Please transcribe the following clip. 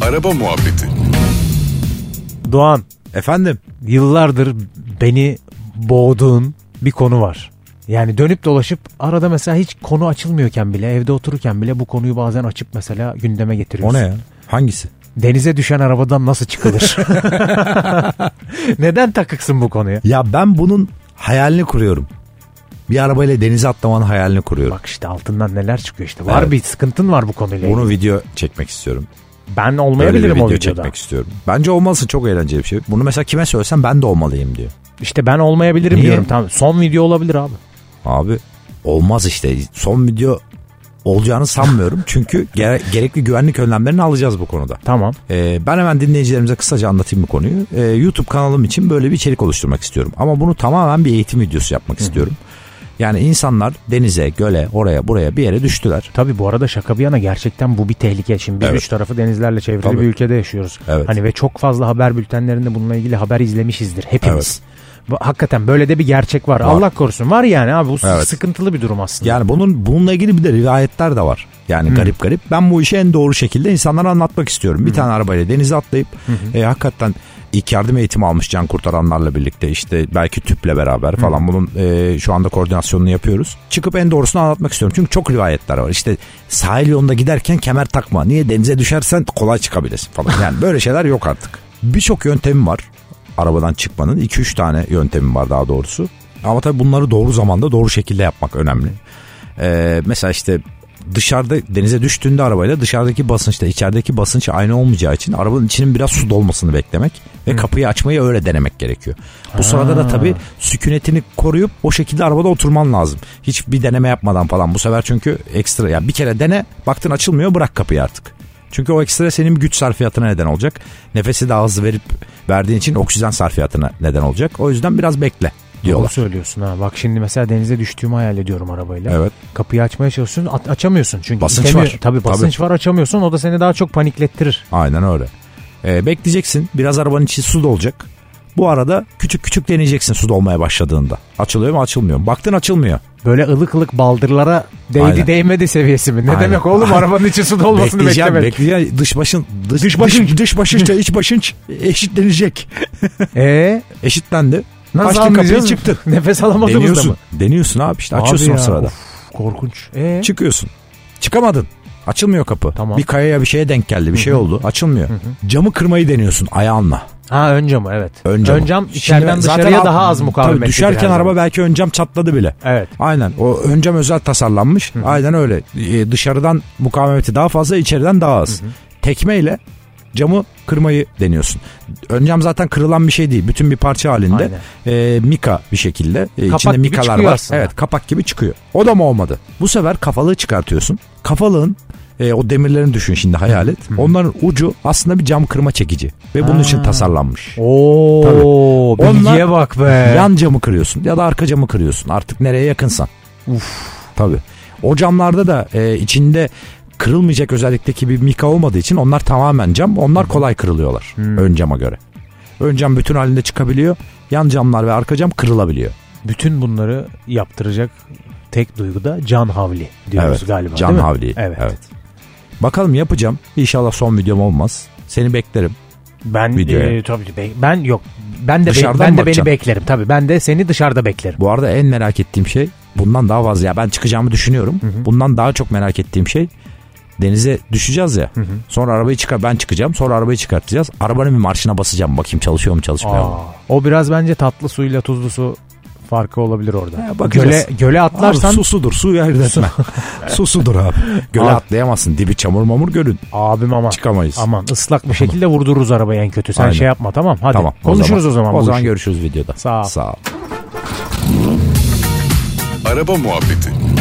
Araba muhabbeti. Doğan Efendim? yıllardır beni boğduğun bir konu var. Yani dönüp dolaşıp arada mesela hiç konu açılmıyorken bile evde otururken bile bu konuyu bazen açıp mesela gündeme O getiriyorsun. ne ya? Hangisi? Denize düşen arabadan nasıl çıkılır? Neden takıksın bu konuya? Ya ben bunun hayalini kuruyorum. Bir arabayla denize atlamanın hayalini kuruyorum. Bak işte altından neler çıkıyor işte. Var Evet. bir sıkıntın var bu konuyla. Bunu video çekmek istiyorum. ben Böyle bir olmayabilirim video o videoda. çekmek istiyorum. Bence olması çok eğlenceli bir şey. Bunu mesela kime söylesem ben de olmalıyım diyor. İşte ben olmayabilirim Niye? diyorum. Tamam. Son video olabilir abi. Abi olmaz işte. Son video olacağını sanmıyorum. Çünkü gere- gerekli güvenlik önlemlerini alacağız bu konuda. Tamam. Ee, ben hemen dinleyicilerimize kısaca anlatayım bu konuyu. Ee, YouTube kanalım için böyle bir içerik oluşturmak istiyorum. Ama bunu tamamen bir eğitim videosu yapmak istiyorum. Yani insanlar denize, göle, oraya, buraya bir yere düştüler. Tabii bu arada şaka bir yana gerçekten bu bir tehlike. Şimdi biz Evet. üç tarafı denizlerle çevrili Tabii. bir ülkede yaşıyoruz. Evet. Hani ve çok fazla haber bültenlerinde bununla ilgili haber izlemişizdir hepimiz. Bu- Hakikaten böyle de bir gerçek var. Allah korusun var yani abi bu s- Evet. sıkıntılı bir durum aslında. Yani bunun bununla ilgili bir de rivayetler de var. Yani garip garip. Ben bu işi en doğru şekilde insanlara anlatmak istiyorum. Bir tane arabayla denize atlayıp e, hakikaten ilk yardım eğitimi almış can kurtaranlarla birlikte işte belki tüple beraber falan bunun e, şu anda koordinasyonunu yapıyoruz. Çıkıp en doğrusunu anlatmak istiyorum. Çünkü çok rivayetler var. İşte sahil yolunda giderken kemer takma. Niye denize düşersen kolay çıkabilirsin falan. Yani böyle şeyler yok artık. Birçok yöntemi var arabadan çıkmanın. 2-3 tane yöntemi var daha doğrusu. Ama tabii bunları doğru zamanda doğru şekilde yapmak önemli. Ee, mesela işte dışarıda denize düştüğünde arabayla dışarıdaki basınçla içerideki basınç aynı olmayacağı için arabanın içinin biraz su dolmasını beklemek ve kapıyı açmayı öyle denemek gerekiyor. Bu sırada da tabii sükunetini koruyup o şekilde arabada oturman lazım. Hiçbir deneme yapmadan falan. Bu sefer çünkü ekstra yani bir kere dene baktın açılmıyor bırak kapıyı artık. Çünkü o ekstra senin güç sarfiyatına neden olacak. Nefesi daha hızlı verip verdiğin için oksijen sarfiyatına neden olacak. O yüzden biraz bekle Doğru diyorlar. söylüyorsun ha. Bak şimdi mesela denize düştüğümü hayal ediyorum arabayla. Evet. Kapıyı açmaya çalışıyorsun at- açamıyorsun çünkü. Basınç itemiyor- var. Tabii basınç var açamıyorsun o da seni daha çok paniklettirir. Aynen öyle. Ee, bekleyeceksin. Biraz arabanın içi su dolacak. Bu arada küçük küçük deneyeceksin su dolmaya başladığında. Açılıyor mu açılmıyor mu? Baktın açılmıyor. Böyle ılık ılık baldırlara değdi Aynen. değmedi seviyesi mi? Ne Aynen. demek oğlum arabanın içi su dolmasını Bekleyeceğim, beklemek. bekleyeceğim. Dış başın, dış, Dış başın- dış, dış başınçla iç başınç eşitlenecek. Eee Eşitlendi. nasıl Açtın kapıyı anlayacağız? çıktın. Nefes alamadığımızda mı? Deniyorsun. Deniyorsun abi işte açıyorsun Abi o ya, sırada. E? of, korkunç. Ee? Çıkıyorsun. Çıkamadın. Açılmıyor kapı. Tamam. Bir kayaya bir şeye denk geldi. Bir şey oldu. Açılmıyor. Camı kırmayı deniyorsun ayağınla. Ha ön camı evet. Ön camı. Şimdi içeriden zaten dışarıya al- daha az mukavemetli. Tabii düşerken araba belki ön cam çatladı bile. Evet. Aynen. O ön cam özel tasarlanmış. Aynen öyle. Ee, dışarıdan mukavemeti daha fazla, içeriden daha az. Tekmeyle camı kırmayı deniyorsun. Ön cam zaten kırılan bir şey değil. Bütün bir parça halinde. Ee, mika bir şekilde. Ee, Kapak içinde gibi mikalar çıkıyor var. aslında. Evet, kapak gibi çıkıyor. O da mı olmadı? Bu sefer kafalığı çıkartıyorsun. Kafalığın e, o demirlerini düşün şimdi hayal et. Onların ucu aslında bir cam kırma çekici ve bunun için Ha. tasarlanmış. Oo, Tabii. bilgiye Onlar- bak be. Yan camı kırıyorsun ya da arka camı kırıyorsun. Artık nereye yakınsan. Uf. Tabii. O camlarda da e, içinde kırılmayacak özellikteki bir mika olmadığı için onlar tamamen cam. Onlar kolay kırılıyorlar Hmm. ön cama göre. Ön cam bütün halinde çıkabiliyor. Yan camlar ve arka cam kırılabiliyor. Bütün bunları yaptıracak tek duygu da can havli diyoruz Evet, galiba Can değil mi? havli. Evet. Bakalım yapacağım. İnşallah son videom olmaz. Seni beklerim. Ben Videoya. e, tabii ki be- ben yok. Ben de be- Dışarıdan ben mı de beni bakacaksın? beklerim tabii. Ben de seni dışarıda beklerim. Bu arada en merak ettiğim şey bundan daha fazla. Ya ben çıkacağımı düşünüyorum. Bundan daha çok merak ettiğim şey denize düşeceğiz ya. Sonra arabayı çıkar ben çıkacağım. Sonra arabayı çıkartacağız. Arabanın bir marşına basacağım. Bakayım çalışıyor mu çalışmıyor mu? Aa, o biraz bence tatlı suyla tuzlu su farkı olabilir orada. He, bakacağız. göle göle atlarsan Abi susudur. Suyu ayırt etme. susudur abi. Göle Abi. atlayamazsın. Dibi çamur mamur gölün. abim ama Çıkamayız. Aman ıslak bir şekilde vurdururuz arabayı en kötü. Sen Aynen. şey yapma tamam. Hadi Tamam. konuşuruz o zaman. O bu zaman işi. görüşürüz videoda. Sağ ol. Sağ ol. Araba muhabbeti.